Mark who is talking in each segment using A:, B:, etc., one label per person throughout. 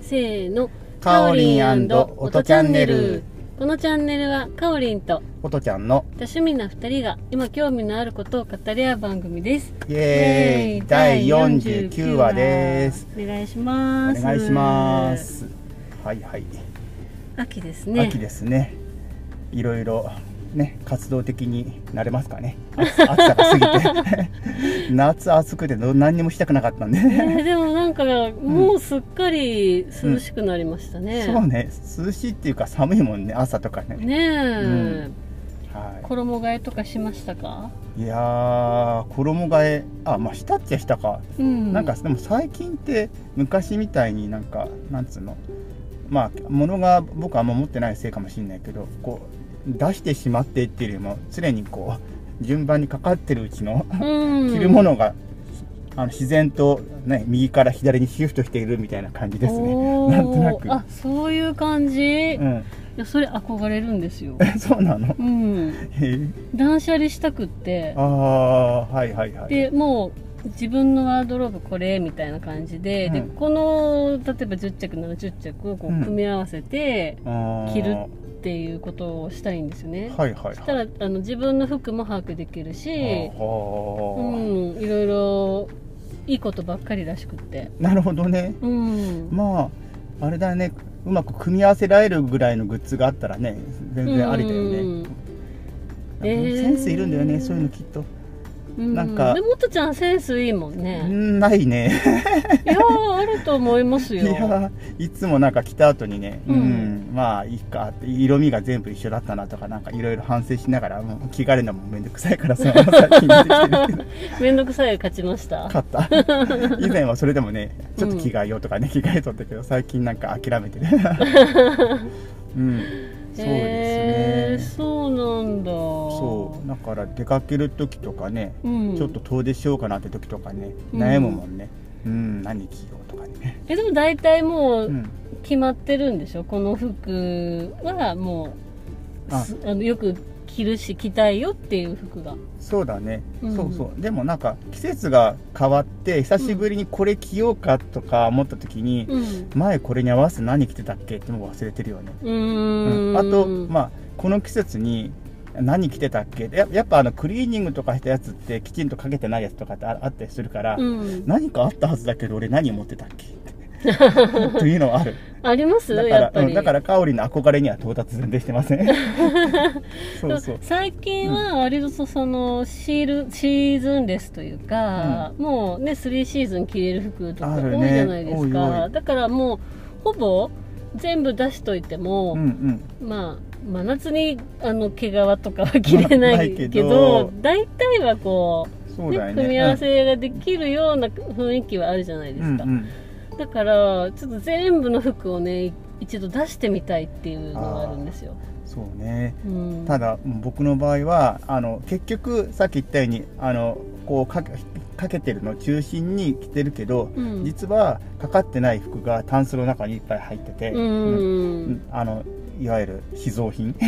A: せーの
B: かおりんおとチャンネル
A: このチャンネルはかおりんと
B: 音ちゃんの
A: 多趣味な2人が今興味のあることを語り合う番組です
B: イエーイ第49話です
A: お願いし
B: お
A: ます
B: 願いしますはいはい、
A: 秋ですね
B: 秋ですねいろいろね活動的になれますかね暑暑さが過ぎ て夏暑くてど何にもしたくなかったんで、
A: え ーでもなんかもうすっかり涼しくなりましたね、
B: そうね涼しいっていうか寒いもんね朝とかね
A: ねえ、
B: うんは
A: 衣替えとかしましたか
B: いいやー衣替えあまあしたっちゃしたか
A: うん
B: なんかでも最近って昔みたいになんかなんつうのまあ物が僕はあんま持ってないせいかもしれないけどこう出してしまってっていうよりも常にこう順番にかかってるうちの
A: うん
B: 着るものが、あの自然と、ね、右から左にシフトしているみたいな感じですね。
A: おー
B: なんとなく
A: あそういう感じ、
B: う
A: い
B: ん、
A: やそれ憧れるんですよ
B: え そうなの
A: うん
B: へえ
A: 断捨離したくって
B: ああはいはいはい。
A: でもう自分のワードローブこれみたいな感じで,、
B: うん
A: でこの例えば10着なら10着をこ
B: うん
A: う組み合わせて
B: あー
A: 着るっていうことをしたいんですよね、
B: はいはいはい。
A: そしたらあの自分の服も把握できる
B: あ
A: しう
B: ー
A: んいろいろいいことばっかりらしくって
B: なるほどね。
A: うん
B: まああれだねうまく組み合わせられるぐらいのグッズがあったらね全然ありだよね、
A: うん
B: なんか
A: えー
B: センスいるんだよねそういうのきっと、
A: うん
B: なんか
A: でもとちゃんセンスいいもんね
B: んないね
A: いやーあると思います
B: い
A: よ
B: やいつもなんか着た後にね、う
A: うんん
B: まあいいかって色味が全部一緒だったなとかなんかいろいろ反省しながらもう着替えるのもめんどくさいか らそのまま最近出てきてるけど
A: めんどくさい勝ちました
B: 買った以前はそれでもねちょっと着替えようとかね、着替えとったけど最近なんか諦 めてるうんそうですね、
A: へーそうなんだ
B: そうだから出かける時とかね、
A: う、ん、
B: ちょっと遠出しようかなって時とかね
A: うん
B: 悩むもんねうん、何着ようとかね、
A: えでも大体も
B: う、
A: うん決まってるんでしょこの服はもう
B: あ
A: すあのよく着るし着たいよっていう服が
B: そうだね、
A: うん
B: そうそうでもなんか季節が変わって久しぶりにこれ着ようかとか思った時に、
A: うん
B: 前これに合わせて何着てたっけってもう忘れてるよね、
A: う
B: う
A: ーん
B: あとまあこの季節に何着てたっけややっぱあのクリーニングとかしたやつってきちんとかけてないやつとかってああったりするから、
A: うん、
B: 何かあったはずだけど俺何持ってたっ けってというのはある
A: あります
B: だか
A: や
B: ら
A: っぱり、
B: うんだからカオリの憧れには到達全然してま せんそうそう
A: 最近は割とそのシールシーズンレスというか、もうね3シーズン着れる服とか
B: あるね
A: 多いじゃないですか、
B: 多い多い
A: だからもうほぼ全部出しといて
B: う
A: も、
B: ん
A: まあ真夏にあの毛皮とかは着れな
B: ない
A: い
B: け
A: け
B: ど
A: ど大体はこ、
B: うんそうう
A: ね
B: だよね
A: 組み合わせができるような雰囲気はあるじゃないですか、
B: うんうん
A: だからちょっと全部の服をね一度出してみたいっていうのがあるんですよ、
B: そうね
A: うん、
B: ただうん僕の場合はあの結局さっき言ったようにあのこうかけかけてるの中心に着てるけど、
A: うん
B: 実はかかってない服がタンスの中にいっぱい入ってて、
A: う
B: うん
A: ん
B: あのいわゆる秘蔵品
A: ん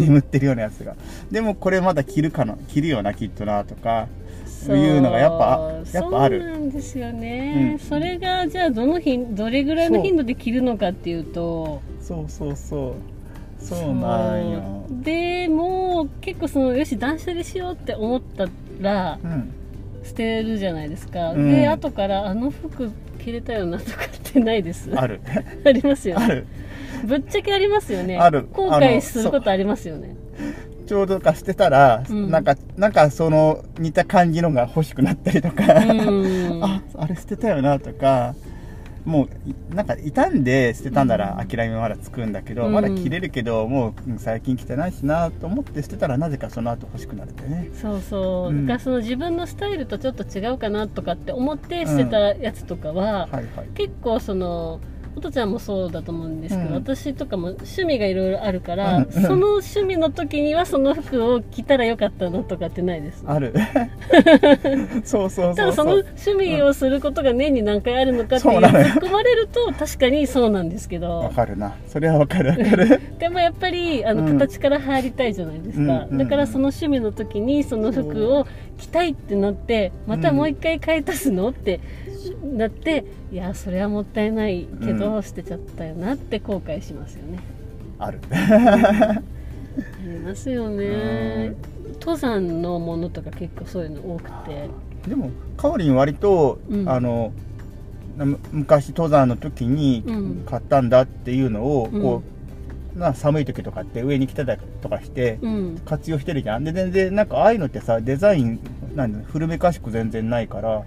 B: 眠ってるようなやつがでもこれまだ着るかな着るよなきっとなとか
A: そ
B: いうのがやっぱやっぱある
A: そうなんですよね、
B: うん
A: それがじゃあどの頻どれぐらいの頻度で着るのかっていうと
B: そうそうそうそうなんよ
A: そうでもう結構そのよし断捨離しようって思ったら
B: うん
A: 捨てるじゃないですか、
B: うん
A: で後からあの服着れたよなとかってないです
B: あ
A: あ
B: る
A: りますよ
B: あ
A: ね
B: る
A: ぶっちゃけありますよね
B: ある
A: 後
B: あの
A: 悔することありますよね
B: ちょうどかしてたら、
A: うん
B: なんかなんかその似た感じのが欲しくなったりとか、
A: うん
B: ああれ捨てたよなとかもういなんか傷んで捨てたんなら
A: うん
B: 諦めまだつくんだけど、
A: うん
B: まだ着れるけどもううん最近着てないしなと思って捨てたらなぜかその後欲しくなるんだよね
A: そうそう、
B: うん
A: だからその自分のスタイルとちょっと違うかなとかって思って捨てたやつとかは、
B: はいはい
A: 結構そのおとちゃんもそうだと思うんですけど、
B: うん
A: 私とかも趣味がいろいろあるから、
B: うん
A: その趣味の時にはその服を着たらよかったなとかってないです
B: あるそうそ
A: た
B: うそう
A: だその
B: そう
A: 趣味をすることが年に何回あるのかっていう
B: そう
A: 突
B: なのよ
A: っ込まれると確かにそうなんですけ
B: わ
A: ど
B: かるなそれはわかるわか る
A: でもやっぱりあの
B: うん
A: 形から入りたいじゃないですか、
B: うん
A: だからその趣味の時にその服を着たいってなってまたもう一回買い足すのってなっていやそれはもったいないけど、
B: う
A: 捨てちゃったよなって後悔しますよね
B: ある
A: ありますよね登山のものとか結構そういうの多くて
B: でもかおりん割と、
A: うん
B: あのな昔登山の時に
A: うん
B: 買ったんだっていうのを、
A: うん
B: こうな寒い時とかって上に来てたりとかして
A: うん
B: 活用してるじゃんで全然なんかああいうのってさデザインなんだ古めかしく全然ないから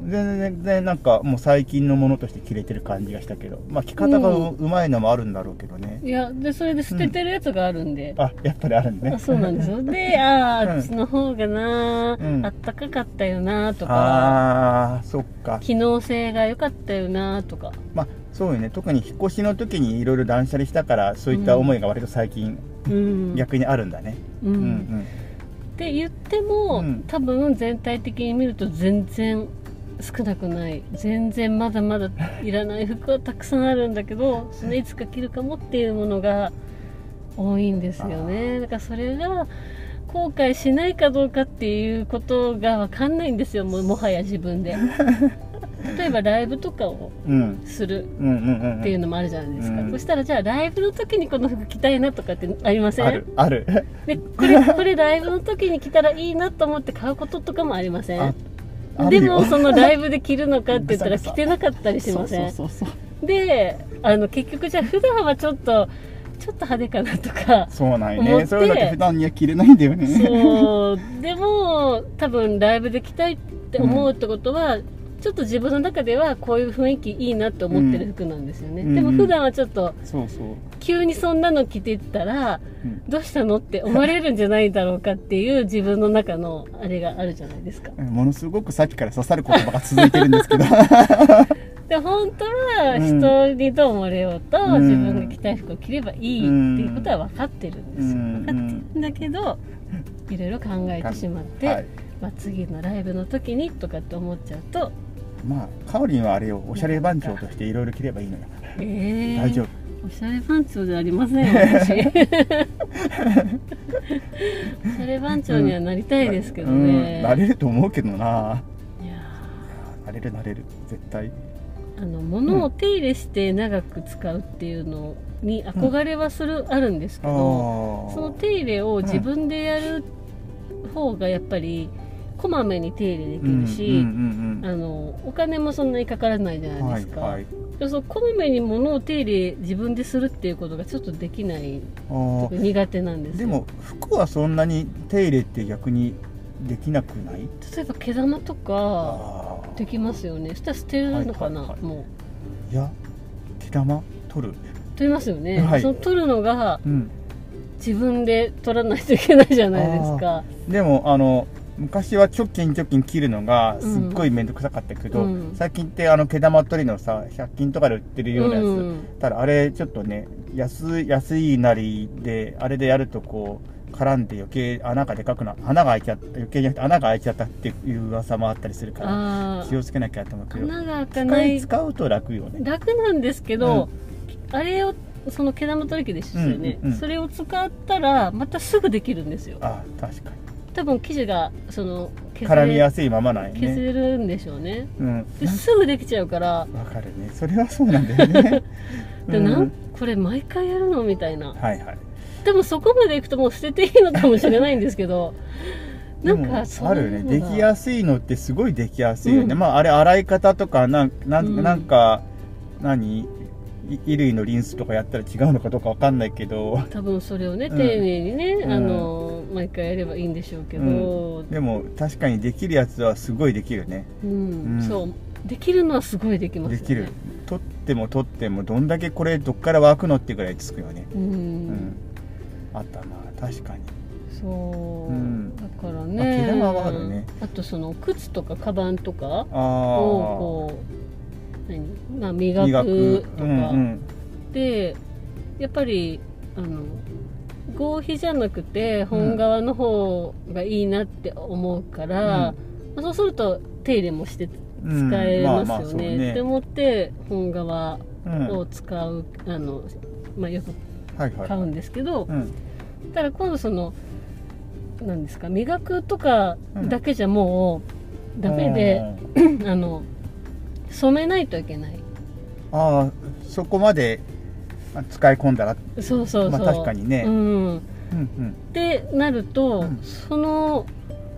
B: 全然全然なんかもう最近のものとして切れてる感じがしたけどまあ着方がう,、まいのもあるんだろうけどね
A: いやでそれで捨ててるやつがあるんで、
B: あやっぱりあるんだね
A: あそうなんですよであ
B: うん
A: ああっちの方がな、
B: うん
A: あったかかったよなとか
B: ああーそっか
A: 機能性が良かったよなとか
B: まあそうよね特に引っ越しの時にいろいろ断捨離したからそういった思いが割と最近
A: うん、
B: 逆にあるんだね、
A: うん
B: うん
A: って言っても、
B: うん
A: 多分全体的に見ると全然少なくない全然まだまだいらない服はたくさんあるんだけ どそのいつか着るかもっていうものが多いんですよねだからそれが後悔しないかどうかっていうことが分かんないんですよもうもはや自分 で例えばライブとかを
B: うんうん
A: する
B: うんうんうん
A: っていうのもあるじゃないですか、
B: うん
A: そしたらじゃあライブの時にこの服着たいなとかってありません
B: あるある
A: でこれこれライブの時に着たらいいなと思って買うこととかもありませ
B: あ
A: ん
B: あ
A: で
B: るよ
A: もそのライブで着るのかって言ったら
B: ぐさぐさ
A: 着てなかったりしません
B: そうそうそうそう
A: であの結局じゃあ普段はちょっとちょっと派手かなとか
B: そうなんよ
A: 思っ
B: ね
A: て
B: それだって普段には着れないんだよね
A: そうでも多分ライブで着たいって思うってことは、ちょっと自分の中ではこういう雰囲気いいなって思ってる服なんですよね、
B: うん
A: でも
B: うん
A: 普段はちょっと
B: そうそう
A: 急にそんなの着てったら、
B: うん
A: どうしたのって思われるんじゃないだろうかっていう自分の中のあれがあるじゃないですか。
B: うんものすごくさっきから刺さる言葉が続いてるんで すけど
A: で本当は
B: うん
A: 人にどう思われようと、
B: うん
A: 自分が着たい服を着ればいいっていうことは分かってるんですよ。
B: う
A: 分
B: ん
A: かってるんだけどいろいろ考えてしまって、
B: はい
A: まあ、次のライブの時にとかって思っちゃうと
B: まあかおりんはあれよおしゃれ番長としていろいろ着ればいいのよ
A: えー、
B: 大丈夫
A: おしゃれ番長じゃありませんよ 私おしゃれ番長にはなりたいですけどね、
B: うん、なれると思うけどない
A: やー
B: なれるなれる絶対
A: あの物を手入れして長く使うっていうのに憧れはする、あるんですけ
B: あ
A: ど
B: ー
A: その手入れを自分でやる方がやっぱりこまめに手入れできるし、
B: うんうんうん
A: あのお金もそんなにかからないじゃ
B: う
A: なんい
B: は
A: で
B: い
A: すか、
B: はい
A: でそうこまめに物を手入れ自分でするっていうことがちょっとできない
B: あー
A: 苦手なんです
B: で
A: よ
B: も服はそんなに手入れって逆にできなくない
A: 例えば毛玉とか
B: ああ
A: できますよねそしたら捨てるのかな、
B: はいはいはい
A: も
B: いや毛玉取る
A: う取りますよね、
B: はい
A: その取るのが
B: うん
A: 自分で取らないといけないじゃないですか
B: でもあの昔はチョッキンチョッキン切るのがすっごい面倒くさかったけど、
A: うん
B: 最近ってあの毛玉取りのさ100均とかで売ってるようなやつ、
A: ん、
B: ただあれちょっとね安い安いなりであれでやるとこう絡んで余計穴がでかくな穴が開いちゃった余計じゃなくて穴が開いちゃったっていう噂もあったりするから
A: あ
B: 気
A: ー
B: をつけなきゃと思うけど
A: 穴が開か
B: 機
A: な
B: 械
A: い
B: 使うと楽よね
A: 楽なんですけど、あれをその毛玉取り器で一緒ですよね、
B: うんうんうん
A: それを使ったらまたすぐできるんですよ
B: あ確か
A: 多分生地がその
B: に
A: 削
B: 絡み
A: れ
B: やすいままない
A: 削
B: ね
A: れるんでしょうね
B: うん
A: ですぐできちゃうから
B: わかるねそれはそうなんだよ ね
A: でな
B: うん
A: これ毎回やるのみたいな
B: はいはい
A: でもそこまでいくともう捨てていいのかもしれないんですけどなん
B: でも
A: かそう
B: あるよねでき
A: 合
B: やすいのってすごいできやすいよね、
A: うん
B: まああれ洗い方とかなんなん,、
A: うん
B: なんか何い衣類のリンスとかやったら違うのかどうかわかんないけど
A: 多分それをね
B: う
A: 丁
B: ん
A: 寧にね、
B: うん
A: あの毎回やればいいんでしょうけど、
B: でも確かにできるやつはすごいできるね
A: うん
B: うん
A: そうできるのはすごいできますよ
B: で
A: ね
B: きる取っても取ってもどんだけこれどっから湧くのってぐらいつくよね
A: うん、
B: うん、あったな確かに
A: そう、
B: うん
A: だからね
B: あ毛玉はあるね
A: あとその靴とかカバンとか
B: あ
A: を
B: あ
A: こう何、まあ、磨くとか、
B: うんうん
A: でやっぱりあの合皮じゃなくて本革の方がいいなって思うから、まあそうすると手入れもして
B: うん
A: 使えます
B: まあまあ
A: よ
B: そう
A: ねって
B: ね
A: 思って本革
B: うん
A: を使う、あの、まあ、よく
B: はいはい
A: 買うんですけど、
B: うん
A: ただ今度そのなんですか磨くとかだけじゃもうダメで、あの染めないといけない
B: ああそこまでまあ使い込んだら
A: そうそうそう、
B: まあ確かにね
A: うん、
B: うんうん
A: ってなると、
B: うん
A: その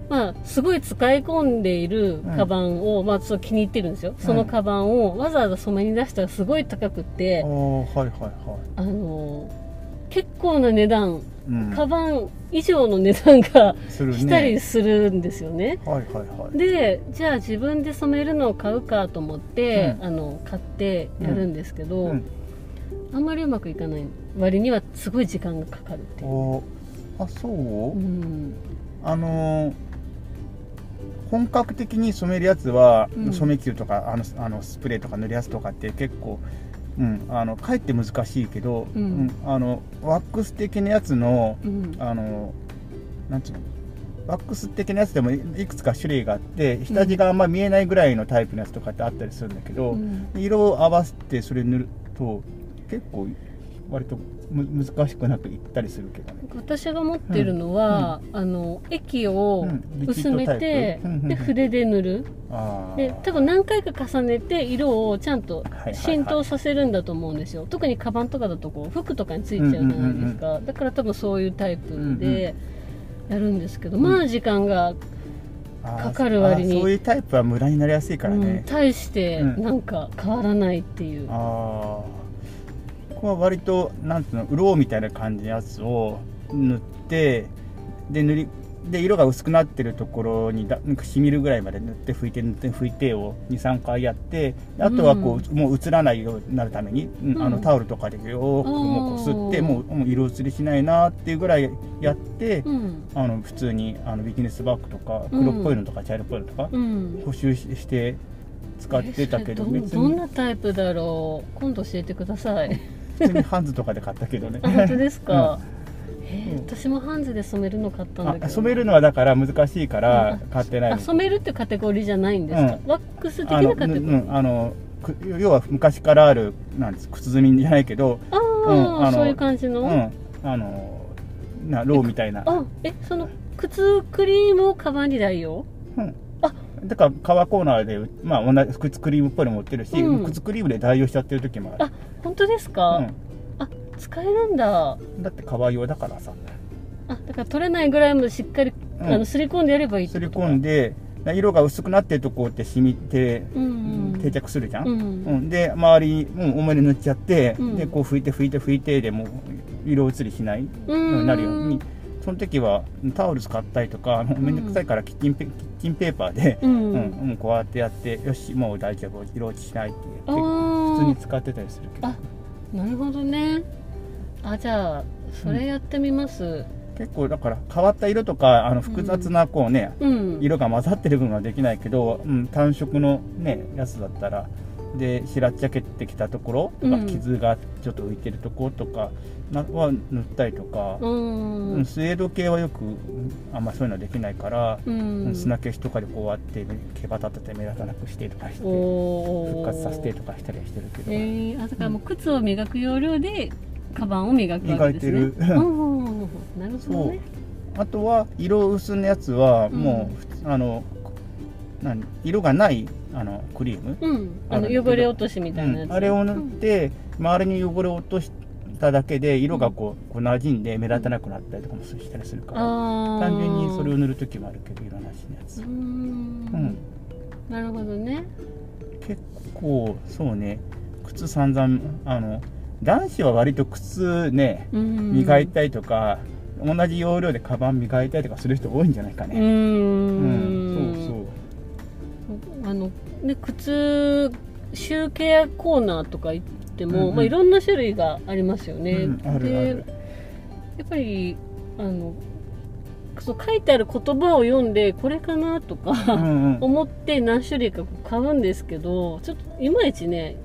A: まあすごい使い込んでいるカバンを、まあちょっと気に入ってるんですよそのカバンをわざわざ染めに出したらすごい高く
B: あ
A: て
B: あ、はいはいは
A: あの結構な値段
B: い、うん、
A: カバン以上の値段が
B: するね
A: したりするんですよね。
B: はいはいはい
A: でじゃあ自分で染めるのを買うかと思って、あの買ってやるんですけど、
B: うん
A: あんまりうまくいかない割にはすごい時間がかかるっていう。
B: おあそう、
A: うん
B: あのー本格的に染めるやつは、
A: うん
B: 染め球とかあのあのスプレーとか塗るやつとかって結構、うん、あのかえって難しいけど、
A: うん
B: うんあのワックス的なやつの
A: うん
B: あのなんていうのワックス的なやつでもいいくつか種類があって下地があんま見えないぐらいのタイプのやつとかってあったりするんだけど、
A: うん
B: 色を合わせてそれ塗ると結構割とむ難しくなくいったりするけどね。
A: 私が持ってるのは、あの液を
B: うんリキ
A: 薄
B: ッド
A: め
B: タイプ
A: て、
B: うんうんうん
A: で筆で塗る
B: あー
A: で多分何回か重ねて色をちゃんと
B: はいはい
A: 浸透させるんだと思うんですよ、特にカバンとかだとこう服とかについちゃうじゃないですか、だから多分そういうタイプでやるんですけど、
B: ん
A: まあ時間が、
B: あー
A: かかる割に
B: あーそういうタイプはムラになりやすいから
A: うん
B: ね、
A: 大して
B: うん
A: なんか変わらないっていう、
B: ああここは割となんつうのうろうみたいな感じのやつを塗ってで塗りで色が薄くなってるところにだなんかしみるぐらいまで塗って拭いて塗って拭いてを23回やってであとはこう、もう映らないようになるために、うん
A: うん
B: あのタオルとかでよーくもうこすって
A: あー
B: もうもう色移りしないなーっていうぐらいやって、
A: うん
B: あの普通にあのビジネスバッグとか黒っぽいのとか茶色っぽいのとか、
A: うん、
B: 補修しして使ってたけど
A: えそれ
B: 別
A: どん
B: に
A: なタイプだろう今度教えてくださ い
B: 普通にハンズとかで買ったけどね
A: あ本当ですか、えー
B: うん
A: 私もハンズで染めるの買ったんだけど
B: あ染めるのはだから難しいから買ってない
A: あ染めるってカテゴリーじゃないんですか、
B: う
A: ワックス的
B: あの
A: なカテ
B: う
A: ゴリー
B: んうんあのく要は昔からあるなんです靴積みじゃないけど、
A: ああ、
B: うんあの
A: そういう感じの、
B: うん、あのなローみたいな、
A: あえその靴クリームをカバンに代用
B: うん
A: あ
B: だから革コーナーで、まあ、同じ靴クリームっぽいの持ってるし、
A: うん
B: 靴クリームで代用しちゃってる時もある
A: あ本当ですか、あ使えるんだあ
B: うん、だって革用だからさ
A: だから取れないぐらいまでしっかり、
B: うん
A: あのすり込んでやればいいって
B: す
A: こ
B: り
A: と
B: 込んで色が薄くなってるとこって染みて、
A: うんうん
B: 定着するじゃん、
A: うん
B: うん、で周りもう重めに塗っちゃって、
A: うん
B: でこう拭いて拭いて拭いてでもう色移りしないよ
A: う
B: うんになるようにその時はタオル使ったりとかあのめんどくさいからキッチンペキッチンペーパーで、
A: う、
B: うんんうんこうやってやってよしもう大丈夫色落ちしないって
A: あ
B: 言って
A: ー
B: 普通に使ってたりするけど
A: あなるほどねあじゃあそれやってみます
B: 結構だから変わった色とかあの複雑なこうね、
A: うん、
B: 色が混ざってる部分はできないけど、うん、単色のねやつだったらで白っちゃけてきたところとか、
A: うん
B: 傷がちょっと浮いてるところとかなは塗ったりとか
A: う、ん
B: うん、スエード系はよくうんあんまそういうのはできないから、
A: う
B: うんん砂消しとかでこうやって毛羽立てて目立たなくしてとかして
A: おー
B: 復活させてとかしたりはしてるけど、
A: えー、あだからもう靴を磨く要領でカバンを磨くわけですね
B: 磨いてる
A: うんなるほどね
B: あとは色薄のやつはもう普通、あの何色がないあのクリーム、
A: うんあの
B: あるんだけど
A: 汚れ落としみたいなやつ、
B: あれを塗って、周りに汚れを落としただけで色がこうこう馴染んで目立たなくなったりとかもしたりするから、
A: あ
B: 単純にそれを
A: を
B: 塗る時もあるけど色なしのや
A: う
B: つ
A: ん、
B: うん
A: なるほどね
B: 結構そうね靴散々あの男子は割と靴ね
A: うん
B: 磨いたりとか、同じ要領でカバン磨いたりとかする人多いんじゃないか
A: う
B: ね、うん
A: ん
B: そうそう
A: あのね靴集計コーナーとか行っても、
B: うんうん
A: まあ、いろんな種類がありますよね。
B: うんある
A: で
B: ある
A: やっぱりあのそう書いてある言葉を読んでこれかなとか、
B: うんうん
A: 思って何種類かこう買うんですけどちょっといまいちね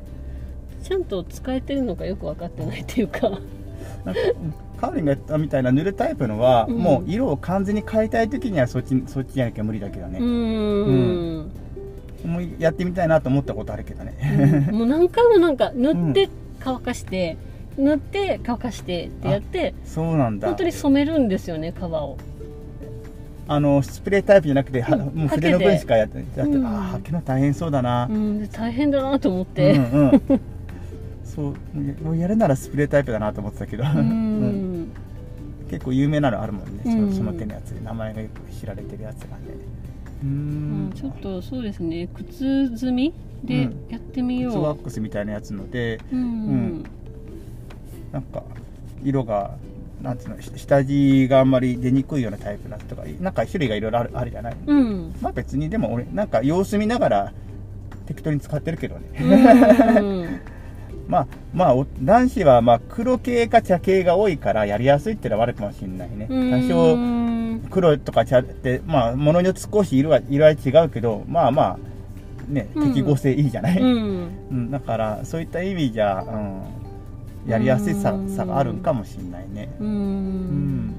A: ちゃんと使えてるのかよく分かってないっていうか。
B: なんかうんカーリンが言ったみたいな塗るタイプのは、
A: うん
B: もう色を完全に変えたい時にはそっちそっちじゃなきゃ無理だけどね、
A: うーん
B: もうやってみたいなと思ったことあるけどね。
A: うんもう何回もなんか塗って乾かして、塗って乾かしてってやって
B: そうなんだ。
A: 本当に染めるんですよね革を
B: あのスプレータイプじゃなくて、は
A: うん
B: もう筆
A: 刷毛
B: の
A: で
B: 分しかやってやって、
A: うん
B: ああ履くの大変そうだな
A: う、ん、で大変だなと思っ
B: うん、う
A: て、
B: んそうやもうやるならスプレータイプだなと思ってたけど、
A: う
B: うん
A: ん、
B: 結構有名なのあるもんねその,、
A: うん
B: その手のやつで名前がよく知られてるやつがねうー
A: ま
B: ん
A: あちょっとそうですね靴積みで
B: うん
A: やってみ
B: 靴
A: よ
B: ワ
A: う
B: ックスみたいなやつので
A: うん
B: なんか色がなんていうのし下地があんまり出にくいようなタイプだとかなんか種類がいろいろあるあるじゃない
A: うん、うん
B: まあ別にでも俺なんか様子見ながら適当に使ってるけどねまあまあお男子はまあ黒系か茶系が多いからやりやすいってのはあるかもしれないね
A: うん
B: 多
A: う
B: 少
A: ん
B: 黒とか茶ってまあものによって少し色は色合い違うけどまあまあね
A: うん
B: 適合性いいじゃない、
A: うん
B: うん、だからそういった意味じゃ、うん、やりやすいさ
A: うん
B: さがあるんかもしれないね、
A: う
B: うん
A: ん、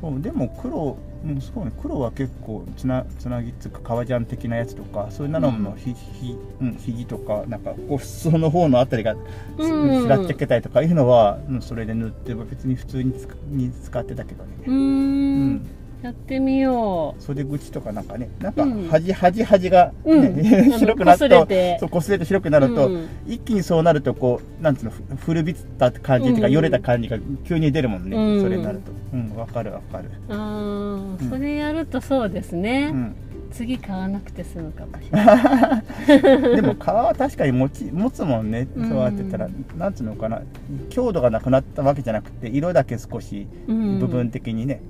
B: そうでも黒、うん、そうね黒は結構つなつなぎっていうか革ジャン的なやつとかそういうなのもひ、ひうん、肘とかなんかこう裾の方のあたりがす
A: うん
B: しらっちゃけたりとかいうのは、うん、それで塗っても別に普通に使に使ってたけどね、
A: う
B: うん
A: んやってみよ
B: 袖口とかなんかねなんか
A: うん
B: 端端端が、ね
A: う、うん、
B: 広くなっ
A: あの擦
B: て
A: れて
B: そう擦れて広くなると、
A: うん
B: 一気にそうなるとこうなんつうのふ古びった感じっていうか、
A: うん
B: よれた感じが急に出るもんね、
A: うん
B: それになるとうんわかるわかる、
A: あー
B: うん
A: それやるとそうです
B: う
A: ね、
B: ん、
A: 次買わなくて済むかもしれない、
B: でも皮は確かに持ち持つもんね
A: うん
B: そうやってたら、なんつうのかな強度がなくなったわけじゃなくて色だけ少し
A: うん、
B: 部分的にね、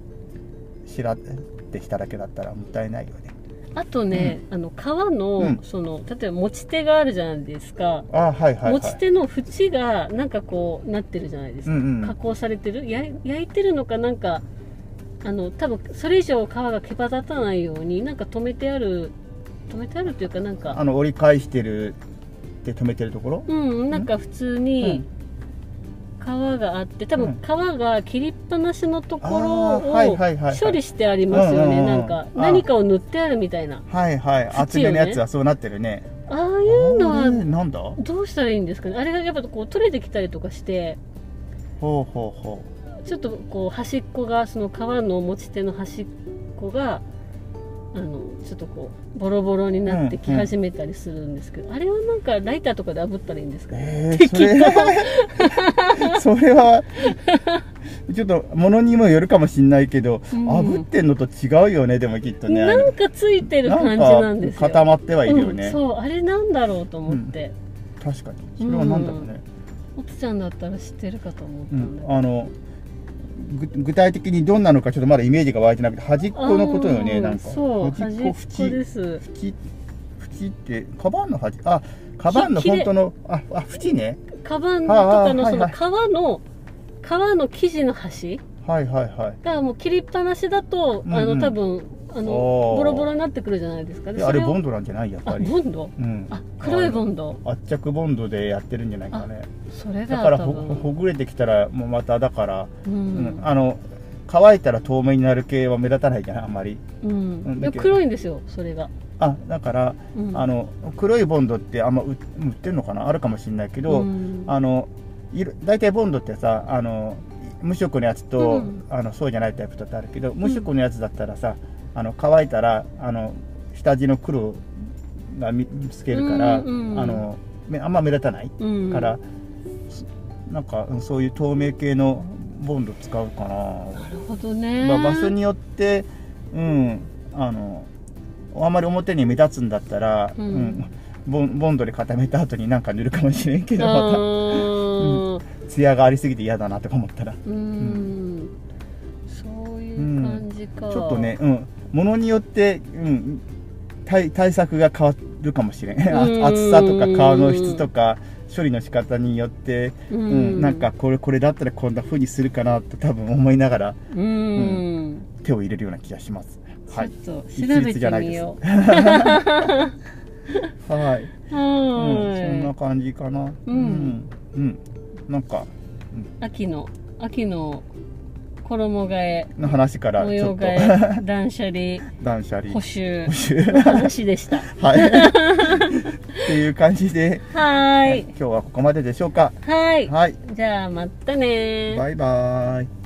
B: しらってしただけだったらもったいないよね
A: あとね、あの革の、
B: うん
A: その例えば持ち手があるじゃないですか、
B: あはいはいはい
A: 持ち手の縁がなんかこうなってるじゃないです
B: う
A: か、
B: んうん
A: 加工されてるや焼いてるのかなんかあの多分それ以上皮が毛羽立たないようになんか止めてある止めてあるというかなん
B: あ
A: か
B: の折り返してるって止めてるところ
A: うんなんか普通に皮があって多
B: うん
A: 分皮が切りっぱなしのところ
B: あーはい
A: を
B: はいはいはい
A: 処理してありますよ
B: うんう
A: ね
B: んうん
A: なんか
B: あー
A: 何かを塗ってあるみたいな
B: はいはい
A: 土をね
B: 厚めのやつはそうなってるね
A: ああいうの
B: あ
A: は
B: れなんだ
A: どうしたらいいんですかねあれがやっぱこう取れてきたりとかして
B: ほうほうほう
A: ちょっとこう端っこがその皮の持ち手の端っこがあのちょっとこうボロボロになってき始めたりするんですけど、あれはなんかライターとかで炙ったらいいんですかね
B: えー、それ それはちょっと物にもよるかもしれないけど、
A: うん
B: 炙ってんのと違うよねでもきっとねあれ
A: なんかついてる感じなんですよ
B: なんか固まってはいるよね、
A: うん、そうあれなんだろうと思って、
B: 確かにそれはなんだろうね、
A: おつちゃんだったら知ってるかと思った
B: うんん
A: だけど、
B: あのぐ具体的にどんなのかちょっとまだイメージが湧いてなくて端っこのことよ
A: あ
B: ね
A: ー
B: なんか
A: そう
B: 端
A: 端
B: っ
A: っ
B: こ
A: こ
B: 縁
A: です
B: 縁縁ってカバンの端あカバンの
A: ひ切れ
B: 本当のああ縁ね
A: カバンとかの
B: あー
A: その
B: はいはい
A: 皮の皮の生地の端
B: はいはいはい
A: がもう切りっぱなしだと、あ
B: うんうん
A: の多分あの
B: おー
A: ボロボロになってくるじゃないですか
B: であれボ
A: ン
B: ンドなんじゃないやっ
A: あ
B: ぱり
A: ボンド
B: うん
A: あ黒いボンド
B: 圧着ボンドでやってるんじゃないかね
A: それだ
B: だから
A: 多
B: ほ
A: 分
B: ほぐれてきたらもうまただから、
A: う
B: うん
A: ん
B: あの乾いたら透明になる系は目立たないじゃないあんまり
A: うん
B: うん
A: でも黒いんですよそれが、
B: あだから、
A: うん、
B: あの黒いボンドってあんま売売ってるのかなあるかもしれないけど、
A: うん
B: あの色大体ボンドってさあの無色のやつと、
A: うん
B: あのそうじゃないタイプとってあるけど無色のやつだったらさ、あの乾いたらあの下地の黒が見つけるから、
A: うんうんうん
B: あのめあんま目立たない
A: うん
B: から、すなんかうんそういう透明系のボンド使うかな
A: な、るほどね、
B: まあ、場所によってうんあのあんまり表に目立つんだったら、
A: うん
B: ボンボンドで固めた後になんか塗るかもしれんけどまた
A: あー
B: ツヤがありすぎて嫌だなとか思ったらち
A: うん、そういう感じか、
B: ょっとねうんものによって、うん、対対策が変わるかもしれん
A: うん
B: あ厚さとか皮の質とか処理の仕方によって、
A: う、
B: うんん、なんかこれこれだったらこんな風にするかなと多分思いながら
A: うん、
B: 手を入れるような気がしますはい
A: ちょっと調
B: 一
A: べ
B: 律じ
A: て
B: ゃない
A: み
B: です
A: よう
B: はい、うん、
A: は
B: そ
A: ーい
B: んな感じかな
A: うん
B: うん、うんなんか
A: 秋の秋の衣替え
B: の話から
A: 模
B: ちょ
A: 様
B: っと
A: 替え 断捨離
B: 断捨離
A: 補 修
B: 補修
A: の話でしたは
B: はいっていう感じで
A: ーい
B: 今日はここまででしょうか
A: はい
B: はい
A: じゃあまたねー
B: バイバイ。